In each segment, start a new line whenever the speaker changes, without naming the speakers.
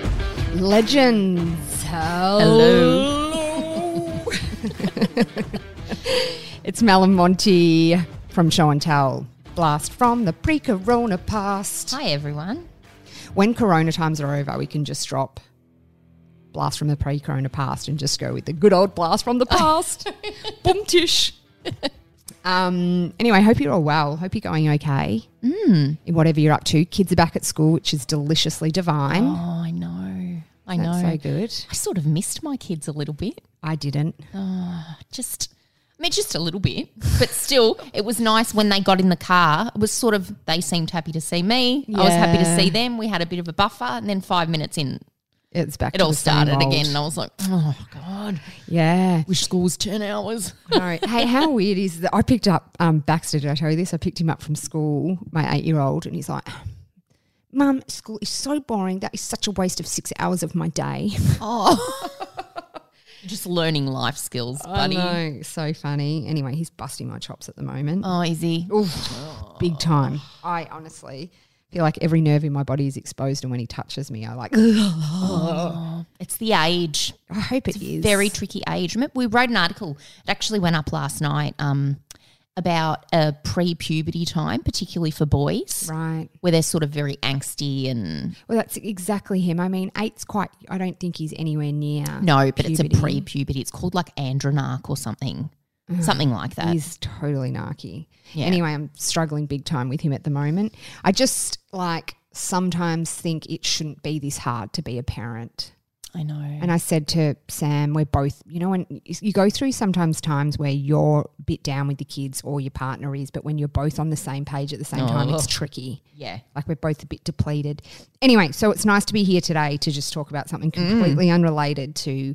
and legends.
Hello.
It's Mel and Monty from Show and Tell. Blast from the pre corona past.
Hi, everyone.
When corona times are over, we can just drop blast from the pre corona past and just go with the good old blast from the past. Boom tish. Um, anyway, hope you're all well. Hope you're going okay. Mm. In whatever you're up to. Kids are back at school, which is deliciously divine.
Oh, I know. I
That's
know.
so good.
I sort of missed my kids a little bit.
I didn't.
Just, I mean, just a little bit. But still, it was nice when they got in the car. It was sort of, they seemed happy to see me. I was happy to
Yeah.
see them. We had a bit of a buffer. And then five minutes in,
It's back.
it
to
all
the same
started
old.
again. And I was like, oh, God.
Yeah.
Wish school was 10 hours.
All right. Hey, how weird is that? I picked up um, Baxter. Did I tell you this? I picked him up from school, my eight year old, and he's like, Mum, school is so boring. That is such a waste of six hours of my day.
Just learning life skills, buddy.
I know. So funny. Anyway, he's busting my chops at the moment.
Oh, is he?
Big time. I honestly feel like every nerve in my body is exposed, and when he touches me, I like, I
It's the age.
hope it is.
very tricky age. Remember, we wrote an article. It actually went up last night um, about a pre-puberty time, particularly for boys,
Right.
where they're sort of very angsty and
Well, that's exactly him. I mean, eight's quite, I don't think he's anywhere near.
no, but it's
puberty.
a pre-puberty. It's called like andronarch or something, something like that.
He's totally narky.
Uh, Yeah.
Anyway, I'm struggling big time with him at the moment. I just like sometimes think it shouldn't be this hard to be a parent.
I know.
And I said to Sam, we're both, you know, when you go through sometimes times where you're a bit down with the kids or your partner is, but when you're both on the same page at the same time, it's tricky.
Yeah.
Like we're both a bit depleted. Anyway, so it's nice to be here today to just talk about something completely unrelated to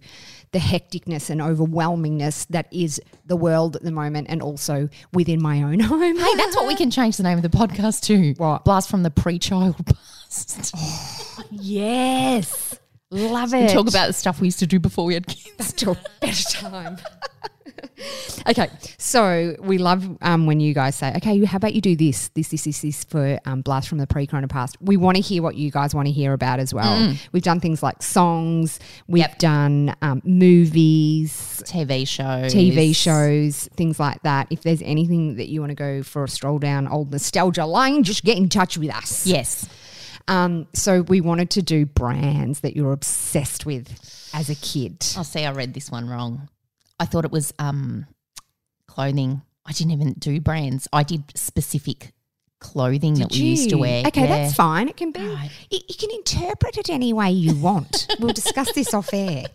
the hecticness and overwhelmingness that is the world at the moment and also within my own home.
Hey, that's what we can change the name of the podcast to.
What?
Blast from the pre-child past.
yes. Love it.
And talk about the stuff we used to do before we had kids.
till better time. okay, so we love um, when you guys say, "Okay, you- how about you do this, this, this, this, this for um, blast from the pre-corona past." We want to hear what you guys want to hear about as well. We've done things like songs, we've done um, movies,
TV shows.
TV shows, things like that. If there's anything that you want to go for a stroll down old nostalgia lane, just get in touch with us.
Yes.
Um, so we wanted to do brands that you're obsessed with as a kid.
Oh, see, I read this one wrong. I thought it was um, clothing. I didn't even do brands. I did specific clothing that we used to
Gee.
wear.
Okay, that's
Yeah.
fine. It can be. You, you can interpret it any way you want. we'll discuss this off air.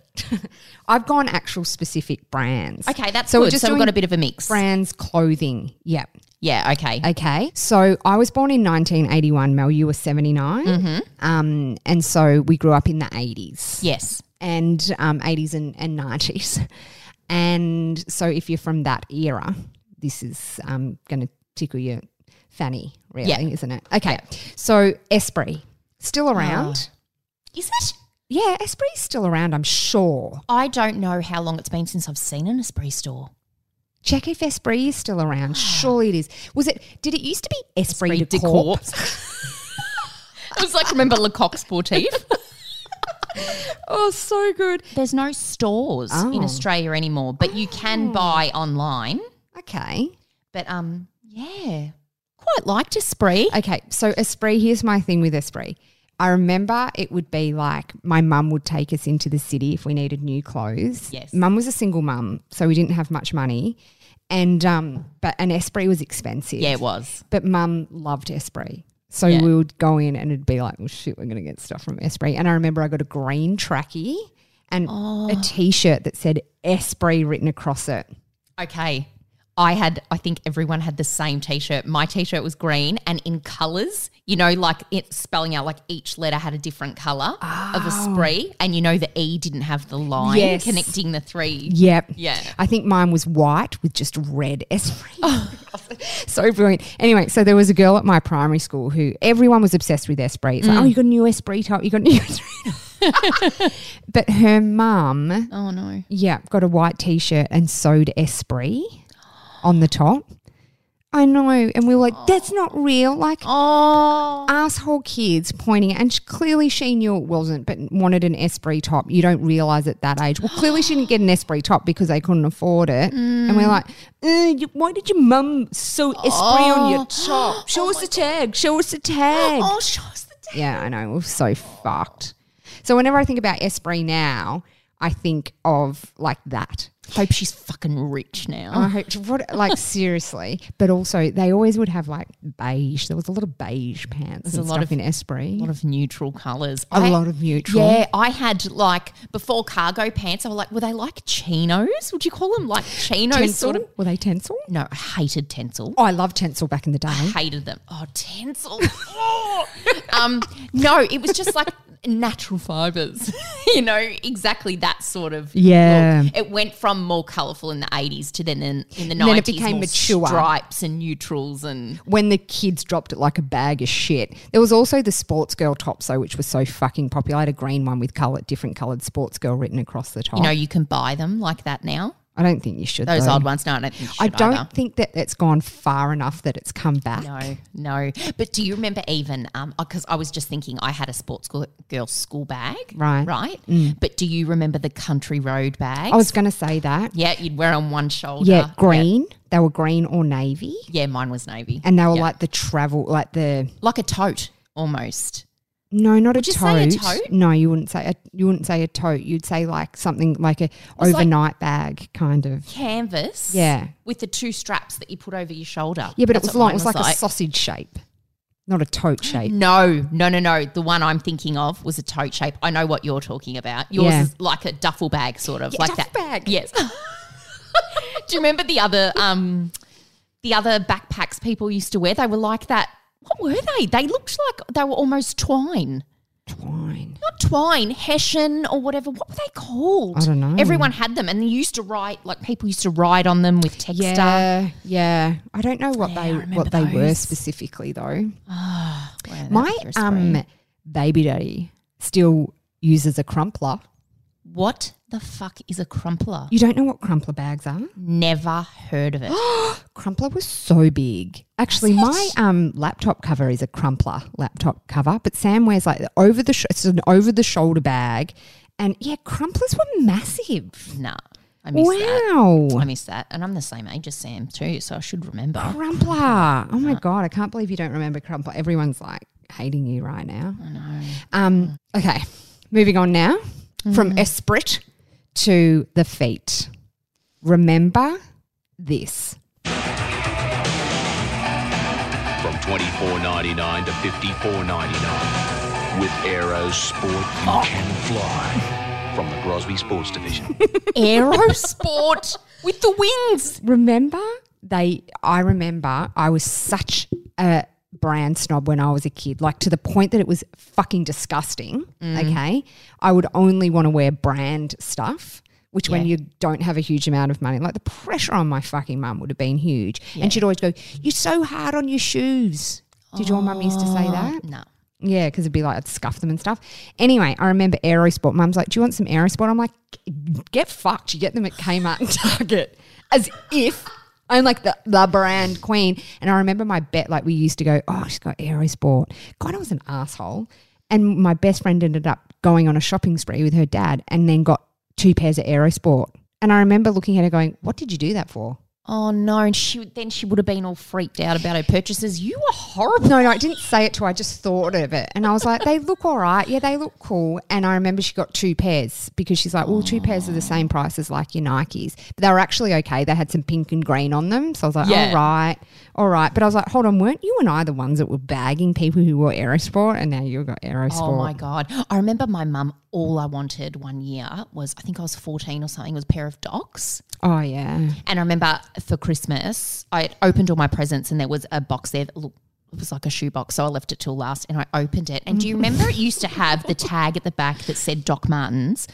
I've gone actual specific brands.
Okay, that's
So
so
we're
good.
just
so we've got
doing
a bit of a mix.
brands clothing. Yeah.
Yeah. Okay.
Okay. So I was born in 1981. Mel, you were 79.
Mm-hmm.
Um, and so we grew up in the 80s
yes.
and um, 80s and, and 90s. And so if you're from that era, this is um, going to tickle your fanny, really,
Yeah.
isn't it? Okay. So Esprit, still around.
Is it?
Yeah, Esprit's still around, I'm sure.
I don't know how long it's been since I've seen an Esprit store.
Check if Esprit is still around. Surely it is. Was it, did it used to be Ah. Esprit,
Esprit
de
de
Corps?
it was like remember Lecoq Sportif.
Oh, so good.
There's no stores
Oh.
in Australia anymore, but you can buy online.
Okay.
But um, yeah, quite liked Esprit.
Okay, so Esprit, here's my thing with Esprit. I remember it would be like my mum would take us into the city if we needed new clothes.
Yes.
Mum was a single mum, so we didn't have much money. And um but an Esprit was expensive.
Yeah, it was.
But mum loved Esprit. So
Yeah.
we would go in and it'd be like, well shit, we're gonna get stuff from Esprit. And I remember I got a green trackie and
Oh.
a t shirt that said Esprit written across it.
Okay. I had, I think everyone had the same t shirt. My t shirt was green and in colors, you know, like it spelling out like each letter had a different color of a spree. And you know, the E didn't have the line
Yes.
connecting the three.
Yep.
Yeah.
I think mine was white with just red Esprit. so brilliant. Anyway, so there was a girl at my primary school who everyone was obsessed with Esprit. It's like, oh, you got a new Esprit top. You got a new Esprit. top." but her mum,
Oh, no.
yeah, got a white t shirt and sewed Esprit on the top. I know. And we were like, that's not real. Like,
Oh.
asshole kids pointing and she, clearly she knew it wasn't but wanted an Esprit top you don't realize at that age well clearly she didn't get an Esprit top because they couldn't afford it and we're like "Uh, you- why did your mum sew Esprit on your top show us the tag show us the tag
Oh, show us the tag.
yeah I know we're so fucked so whenever I think about Esprit now I think of like that
Hope she's fucking rich now.
I hope what like seriously, but also they always would have like beige. There was a lot of beige pants and
a lot
stuff
of-
in Esprit.
a lot of neutral colors.
A lot of neutral.
Yeah, I had like before cargo pants. I was like, were they like chinos? Would you call them like chinos? Sort of.
Were they tinsel?
No, I hated tencel.
Oh, I love tinsel back in the day.
hated them. Oh, tensile. Oh. um, no, it was just like natural fibers. you know, exactly that sort of.
Yeah.
look. It went from more colourful in the eighties to then in, in the
then it
nineties.
became
more
mature.
stripes and neutrals and
When the kids dropped it like a bag of shit. There was also the sports girl top, so which was so fucking popular. I had a green one with color, different coloured sports girl written across the top.
you know you can buy them like that now.
I don't think you should.
Those
though.
old ones. No, I don't. Think you
I
should
don't
either.
think that it's gone far enough that it's come back.
No, no. But do you remember even um because I was just thinking I had a sports girl, girl school bag,
Right. Mm.
Right. But do you remember the country road bag?
I was going to say that.
yeah, you'd wear on one shoulder.
Yeah, green. They were green or navy,
Yeah, mine was navy.
and they were
Yeah.
like the travel, like the
like a tote almost.
No, not a
you
tote.
say a tote?
No, you wouldn't say a you wouldn't say a tote. You'd say like something like a
like-
overnight bag kind of.
Canvas.
Yeah.
With the two straps that you put over your shoulder.
Yeah, but it
That's
was
what
long.
mine
It was like, a sausage shape, not a
Mm.
tote shape.
no, no, no, no. The one I'm thinking of was a tote shape. I know what you're talking about. Yours
Yeah.
is like a duffel bag, sort of
Yeah,
like
duffel
that.
bag.
Yes. Do you remember the other um, the other backpacks people used to wear? They were like that. What were they? They looked like they were almost twine.
Twine.
not twine, hessian or whatever. What were they called?
I don't know.
Everyone had them, and they used to write like people used to write on them with text. stuff.
Yeah, yeah. I don't know what
Yeah, I
they what
remember
they were
those.
specifically though.
Wow, that
My
was your spray.
um baby daddy still uses a crumpler.
what the fuck is a crumpler?
You don't know what crumpler bags are?
Never heard of it.
Crumpler was so big. Actually, my um, laptop cover is a crumpler laptop cover, but Sam wears like the over the sh- it's an over the shoulder bag, and yeah, crumplers were massive.
nah, I miss that.
Wow,
I miss that, and I'm the same age as Sam too, so I should remember.
crumpler! Oh my god, I can't believe you don't remember crumpler. Everyone's like hating you right now. I know. Um, okay, moving on now from esprit to the feet. Remember this.
From $24.99 to $54.99. With Aero Sport, you can fly. From the Grosby Sports Division.
Aerosport with the wings.
remember they i remember i was such a brand snob when i was a kid like to the point that it was fucking disgusting okay i would only want to wear brand stuff which when you don't have a huge amount of money like the pressure on my fucking mum would have been huge and she'd always go you're so hard on your shoes did your mum used to say that
No.
yeah, because it'd be like I'd scuff them and stuff. Anyway, I remember Aerosport. Mum's like, "Do you want some Aerosport?" I'm like, "Get fucked! You get them at Kmart and Target." As if I'm like the, the brand queen. And I remember my bet, like we used to go, "Oh, she's got Aerosport." God, I was an asshole. And my best friend ended up going on a shopping spree with her dad, and then got two pairs of Aerosport. And I remember looking at her going, "What did you do that for?"
Oh no! And she would- then she would have been all freaked out about her purchases. You were horrible.
No, no, I didn't say it to her. I just thought of it. And I was like, they look all right. Yeah, they look cool. And I remember she got two pairs because she's like, well, two pairs are the same price as like your Nikes. But they were actually okay. They had some pink and green on them. So I was like,
Yeah.
all right, all right. But I was like, hold on, weren't you and I the ones that were bagging people who wore Aerosport? And now you've got Aerosport.
Oh my god! I remember my mum. All I wanted one year was I think I was fourteen or something was a pair of docs.
Oh, yeah.
And I remember for Christmas, I had opened all my presents and there was a box there. That, look, it was like a shoebox, so I left it till last. And I opened it. And do you remember it used to have the tag at the back that said Doc Martens?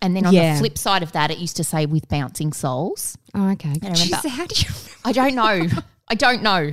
And then on
Yeah.
the flip side of that, it used to say with bouncing soles.
Oh, okay.
remember-
Jeez, how do you
I don't know. I don't know.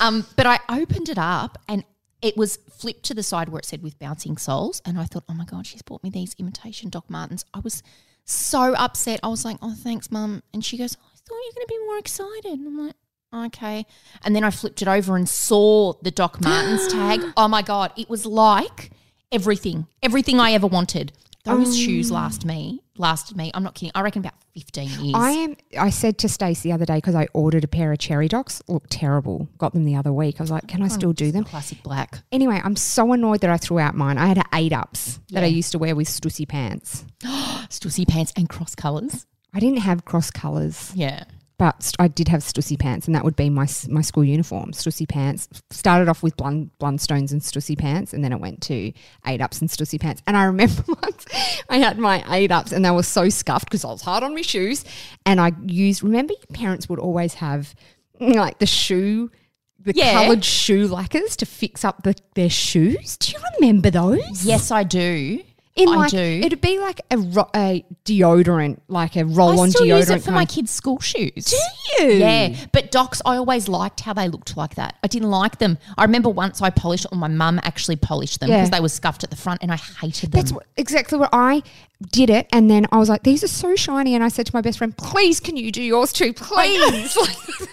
Um, but I opened it up and it was flipped to the side where it said with bouncing soles. And I thought, oh my God, she's bought me these imitation Doc Martens. I was so upset. I was like, oh, thanks, mum. And she goes, I thought you were going to be more excited. And I'm like, okay. And then I flipped it over and saw the Doc Martens tag. Oh my God. It was like everything, everything I ever wanted. Those shoes last me, lasted me. I'm not kidding. I reckon about 15 years.
I am. I said to Stace the other day because I ordered a pair of cherry docs. Look terrible. Got them the other week. I was like, can
Oh,
I still do them?
Classic black.
Anyway, I'm so annoyed that I threw out mine. I had eight ups that I used to wear with stussy pants.
Stussy pants and cross colours.
I didn't have cross colours,
Yeah.
but st- I did have stussy pants, and that would be my s- my school uniform. Stussy pants started off with blund, blundstones and stussy pants, and then it went to eight ups and stussy pants. And I remember once I had my eight ups, and they were so scuffed because I was hard on my shoes, and I used. Remember, your parents would always have mm, like the shoe. The
Yeah.
coloured shoe lacquers to fix up the, their shoes. Do you remember those?
Yes, I do.
In
I
like,
do.
It'd be like a, ro- a deodorant, like a roll
I
on
still
deodorant.
use it for
kind
my
of-
kids' school shoes.
you?
Yeah, but docs, I always liked how they looked like that. I didn't like them. I remember once I polished, or my mum actually polished them because
Yeah.
they were scuffed at the front, and I hated them.
That's what, exactly what I did it. And then I was like, these are so shiny. And I said to my best friend, please, can you do yours too? Please. Like,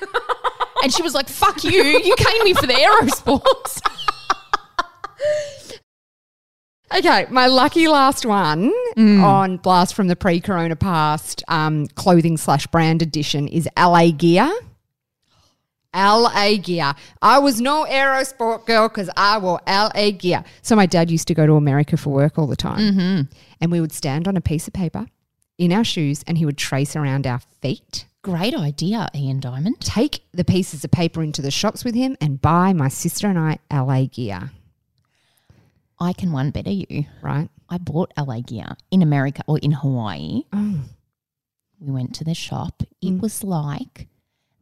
and she was like, "Fuck you! You came here for the aerosports."
okay, my lucky last one on Blast from the Pre Corona Past um, clothing slash brand edition is LA Gear. LA gear. I was no aerosport girl because I wore LA gear. So my dad used to go to America for work all the time. And we would stand on a piece of paper in our shoes and he would trace around our feet.
Great idea, Ian Diamond.
take the pieces of paper into the shops with him and buy my sister and I LA gear,
I can one better you.
right?
I bought LA gear in America or in Hawaii.
Mm.
We went to the shop. It was like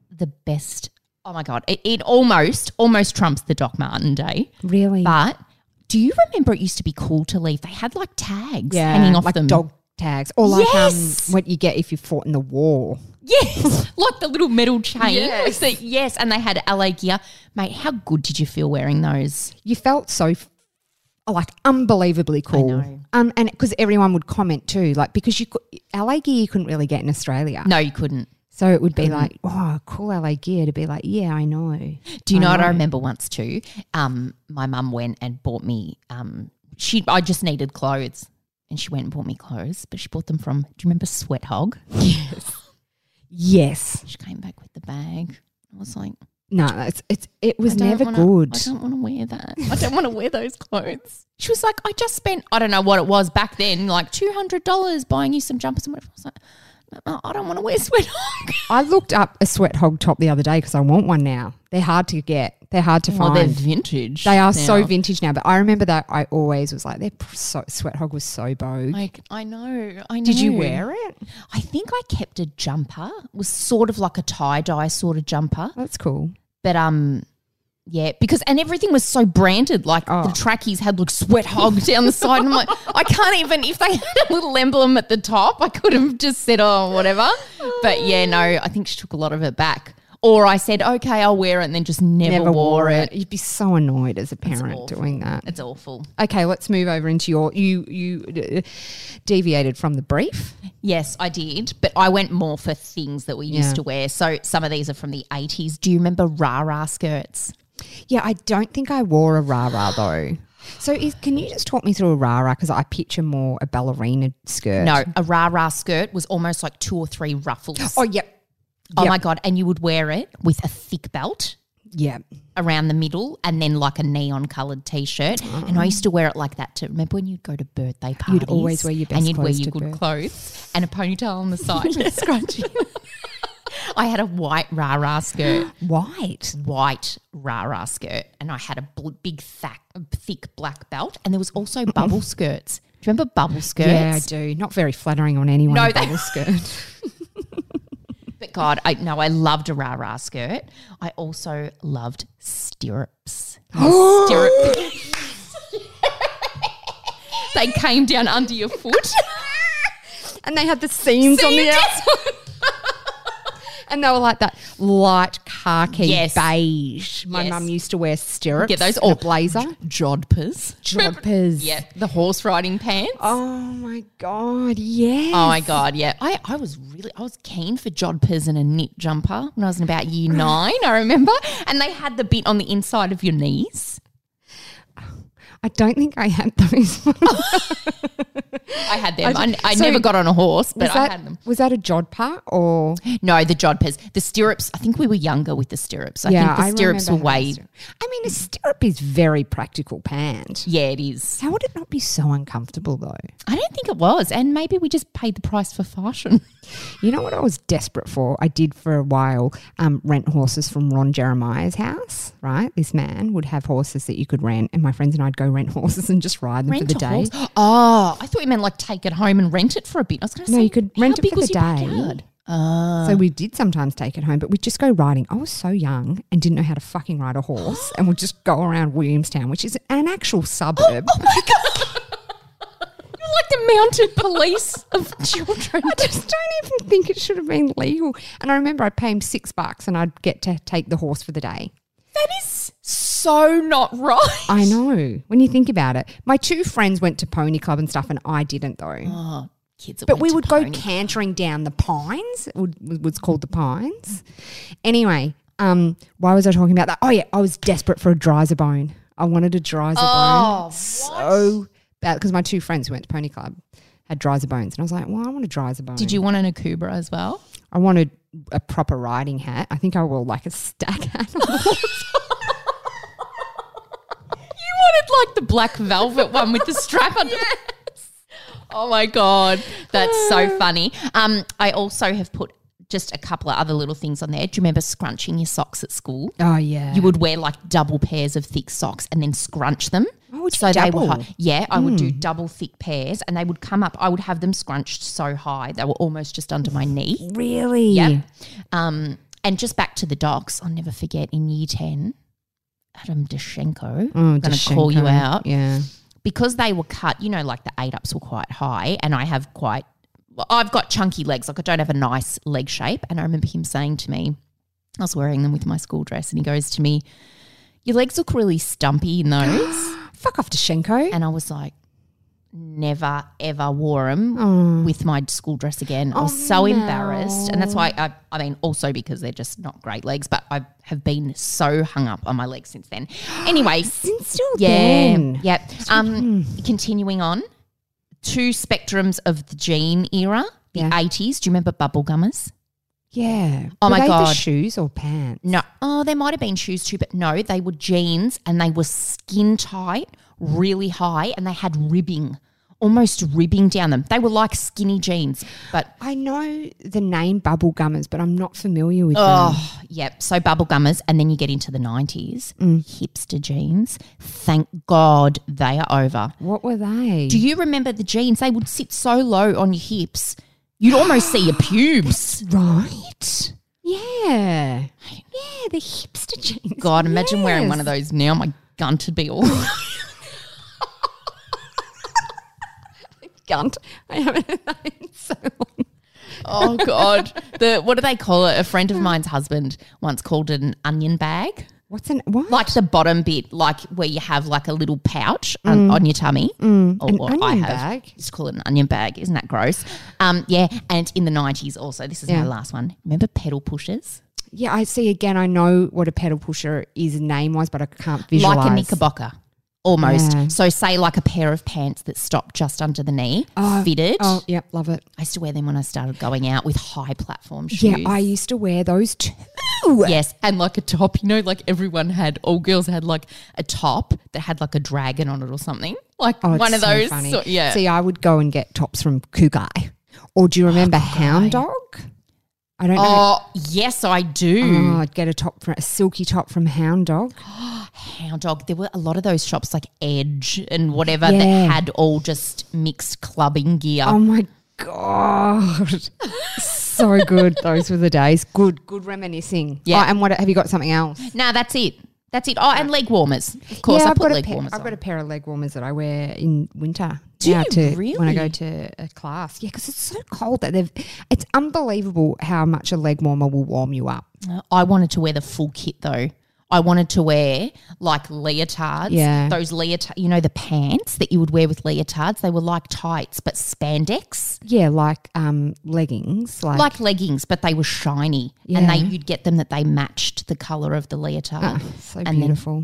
the best. Oh my god! It, it almost almost trumps the Doc Martin day.
Really?
But do you remember it used to be cool to leave? They had like tags
yeah,
hanging off
like
them.
dog tags or like
Yes!
um, what you get if you fought in the war.
Yes, like the little metal chain. Yes. yes, and they had LA gear. Mate, how good did you feel wearing those?
You felt so f- like unbelievably cool. Um, and because everyone would comment too, like because you could, LA gear you couldn't really get in Australia,
No, you couldn't.
so it would be like, oh, cool LA gear to be like, yeah, I know.
Do you know what I remember once too? Um, my mum went and bought me. Um, she I just needed clothes, and she went and bought me clothes, but she bought them from. Do you remember Sweat Hog?
Yes,
She came back with the bag. I was like,
no, it's it's it was
I don't
never
wanna-
good.
I don't want to wear that. I don't want to wear those clothes. She was like, I just spent, I don't know what it was back then, like $200 buying you some jumpers and whatever. I was like, "No, I don't want to wear sweat hog.
I looked up a sweat hog top the other day because I want one now. They're hard to get. They're hard to
Well, they're
find.
vintage.
They are so
now.
vintage now, but I remember that I always was like, they're pr- so, sweat hog was so bogue.
Like, I know. I know.
Did you wear it?
I think I kept a jumper. It was sort of like a tie dye sort of jumper.
That's cool.
But, um, yeah, because and everything was so branded. Like
Oh.
the trackies had like sweat hog down the side. And I'm like, I can't even if they had a little emblem at the top, I could have just said, oh, whatever. But yeah, no, I think she took a lot of it back. Or I said, okay, I'll wear it, and then just never, wore it.
You'd be so annoyed as a parent
awful.
doing that.
It's awful.
Okay, let's move over into your. You you uh, deviated from the brief.
Yes, I did, but I went more for things that we
Yeah.
used to wear. So some of these are from the 80s. Do you remember rah-rah skirts?
Yeah, I don't think I wore a rara though. So is, can you just talk me through a rara because I picture more a ballerina skirt.
No, a rah-rah skirt was almost like two or three ruffles.
Oh yep,
Oh
Yep.
my god! And you would wear it with a thick belt
yep.
around the middle, and then like a neon coloured t-shirt. And I used to wear it like that too. Remember when you'd go to birthday parties?
Oh. always wear your best
and you'd wear
clothes
your
to
good
birth.
clothes and a ponytail on the side, scrunchie. I had a white rah-rah skirt.
White.
white rara skirt and I had a bl- big thack, thick black belt and there was also bubble skirts. Do you remember bubble skirts?
Yeah, I do. Not very flattering on anyone.
No,
No,
they-
bubble skirt.
But God, I no, I loved a rara skirt. I also loved stirrups. Stirrup. they came down under your foot.
and they had the seams on the
Seams.
outside. And they were like that light khaki
Yes.
beige. My
Yes.
mum used to wear stirrups.
Get those
or
or-
blazer.
Jodpers.
Jodpers.
Yeah, the horse riding pants. Oh,
Oh my God. Yes.
my god, yeah. I, I was really I was keen for jodpers and a knit jumper when I was in about year nine, I remember. And they had the bit on the inside of your knees.
I don't think I had those. was,
I had them. I, I
so-
never got on a horse, but I
that,
had them.
was that a jodpa or?
No, the jodpers, the stirrups. I think we were younger with the stirrups. I think the stirrups were
remember having
way.
a stirrup. I mean, a stirrup is very practical pant.
Yeah, it is.
How would it not be so uncomfortable though?
I don't think it was, and maybe we just paid the price for fashion.
You know what I was desperate for? I did for a while um, rent horses from Ron Jeremiah's house, right? This man would have horses that you could rent, and my friends and I'd go rent horses and just ride them for the
a
day.
horse? Oh, I thought you meant like take it home and rent it for a bit. I was going to
No,
say
you could
how
rent it
big
for the
was your
day.
backyard? Oh.
So we did sometimes take it home, but we'd just go riding. I was so young and didn't know how to fucking ride a horse, and we'd just go around Williamstown, which is an actual suburb.
You're like the mounted police of children.
I just don't even think it should have been legal. And I remember I'd pay him six bucks and I'd get to take the horse for the day.
that is so not right.
I know when you think about it. My two friends went to pony club and stuff, and I didn't though.
Oh, kids. that
but
went
we
to
would go
pony.
cantering down the pines. It would, it was called the pines. Anyway, um, why was I talking about that? Oh yeah, I was desperate for a dryzer bone. I wanted a dryzer
Oh,
bone so bad because my two friends who went to pony club had dryzer bones, and I was like, well, I want a dryzer bone.
Did you want an akubra as well?
I wanted a proper riding hat. I think I wore like a stack hat.
You wanted like the black velvet one with the strap on. Oh my god, that's so funny. Um, I also have put just a couple of other little things on there. Do you remember scrunching your socks at school?
oh yeah,
You would wear like double pairs of thick socks and then scrunch them.
Oh, would you
they were
double?
high. Yeah, I would do double thick pairs and they would come up. I would have them scrunched so high they were almost just under my knee.
really.
Yeah. Um, and just back to the dogs, I'll never forget in year 10, Adam Dashenko,
Oh,
I'm going to call you
Dashenko.
out.
Yeah.
Because they were cut, you know, like the eight ups were quite high, and I have quite, well, I've got chunky legs. Like I don't have a nice leg shape. And I remember him saying to me, I was wearing them with my school dress, and he goes to me, Your legs look really stumpy in those.
Fuck off, Dashenko.
and I was like, Never ever wore them
Oh.
with my school dress again. I was so embarrassed. And that's why I, I mean, also because they're just not great legs, but I have been so hung up on my legs since then. Anyway,
And still
yeah.
then.
Yep. Um, continuing on, two spectrums of the jean era, the
Yeah.
80s. Do you remember bubble gummers?
Yeah.
Oh
Were
my
they The
God.
shoes or pants?
No. Oh, there might have been shoes too, but no, they were jeans and they were skin tight, really high, and they had ribbing, almost ribbing down them. They were like skinny jeans, but
I know the name bubble gummers, but I'm not familiar with them.
oh, yep. So bubble gummers, and then you get into the 90s, hipster jeans. Thank God they are over.
What were they?
Do you remember the jeans? They would sit so low on your hips, you'd almost see your pubes.
right. Yeah. Yeah, the hipster jeans.
God, imagine wearing
Yes.
one of those now. My gunt would be all.
Gunt. I haven't had that in so long.
oh God, the what do they call it? A friend of mine's husband once called it an onion bag,
What's an what?
like the bottom bit, like where you have like a little pouch on, on your tummy. Or,
Mm. An
or
onion bag?
Just call it an onion bag. Isn't that gross? Um, yeah, and in the nineties also. This is
Yeah.
my last one. Remember pedal pushers?
yeah, I see again, I know what a pedal pusher is name wise, but I can't visualize.
Like a knickerbocker, almost.
Yeah.
So, say like a pair of pants that stop just under the knee, fitted.
Oh, yep, love it.
I used to wear them when I started going out with high platform shoes.
Yeah, I used to wear those too.
Yes, and like a top, you know, like everyone had, all girls had like a top that had like a dragon on it or something, like
Oh,
one
it's
of
so
those.
funny.
so- yeah,
See, I would go and get tops from Kugai. Or do you remember Hound Dog? I don't know.
Oh, yes, I do.
Oh, I'd get a top from a silky top from Hound Dog.
Hound dog. There were a lot of those shops like Edge and whatever
Yeah.
that had all just mixed clubbing gear.
Oh my god, so good. Those were the days. Good, good reminiscing.
Yeah.
Oh, and what have you got? Something else? Of
Now that's it. That's it. Oh, and leg warmers. Of course, I
I've
put
got a
leg
pair-
warmers.
I've got
on.
a pair of leg warmers that I wear in winter Do now
you
to when I go
really?
to a class. Yeah, because it's so cold that they've. It's unbelievable how much a leg warmer will warm you up.
I wanted to wear the full kit though. I wanted to wear like leotards.
Yeah.
Those leotard, you know, the pants that you would wear with leotards. They were like tights, but spandex,
Yeah, like um leggings, like,
like leggings, but they were shiny. And they,
Yeah.
you'd get them that they matched the color of the leotard.
Ah, so beautiful.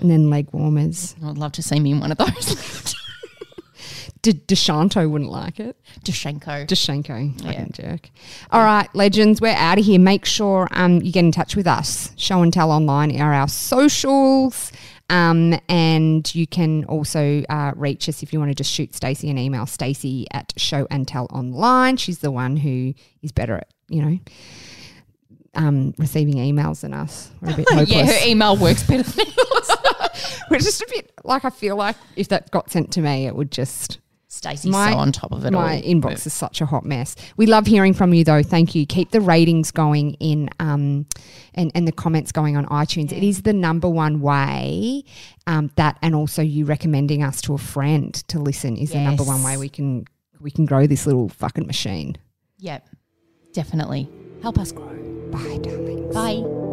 and then leg warmers.
I'd love to see me in one of those.
D- Deshanto wouldn't like it.
Dashenko.
Dashenko, fucking jerk. All right, legends, we're out of here. Make sure um, you get in touch with us. Show and Tell Online are our socials. Um, and you can also uh, reach us if you want to just shoot Stacey an email, Stacey at Show and Tell Online. She's the one who is better at, you know, um, receiving emails than us. We're a bit hopeless.
yeah, her e- email works better than yours.
We're just a bit like I feel like if that got sent to me, it would just
Stacey's
My-
so on top of it
my
all.
inbox is such a hot mess. We love hearing from you though. Thank you. Keep the ratings going in um and, and the comments going on iTunes. It is the number one way um, that and also you recommending us to a friend to listen is the number one
Yes.
way we can we can grow this little fucking machine.
Yep, definitely. Help us grow.
Bye, darling.
Bye.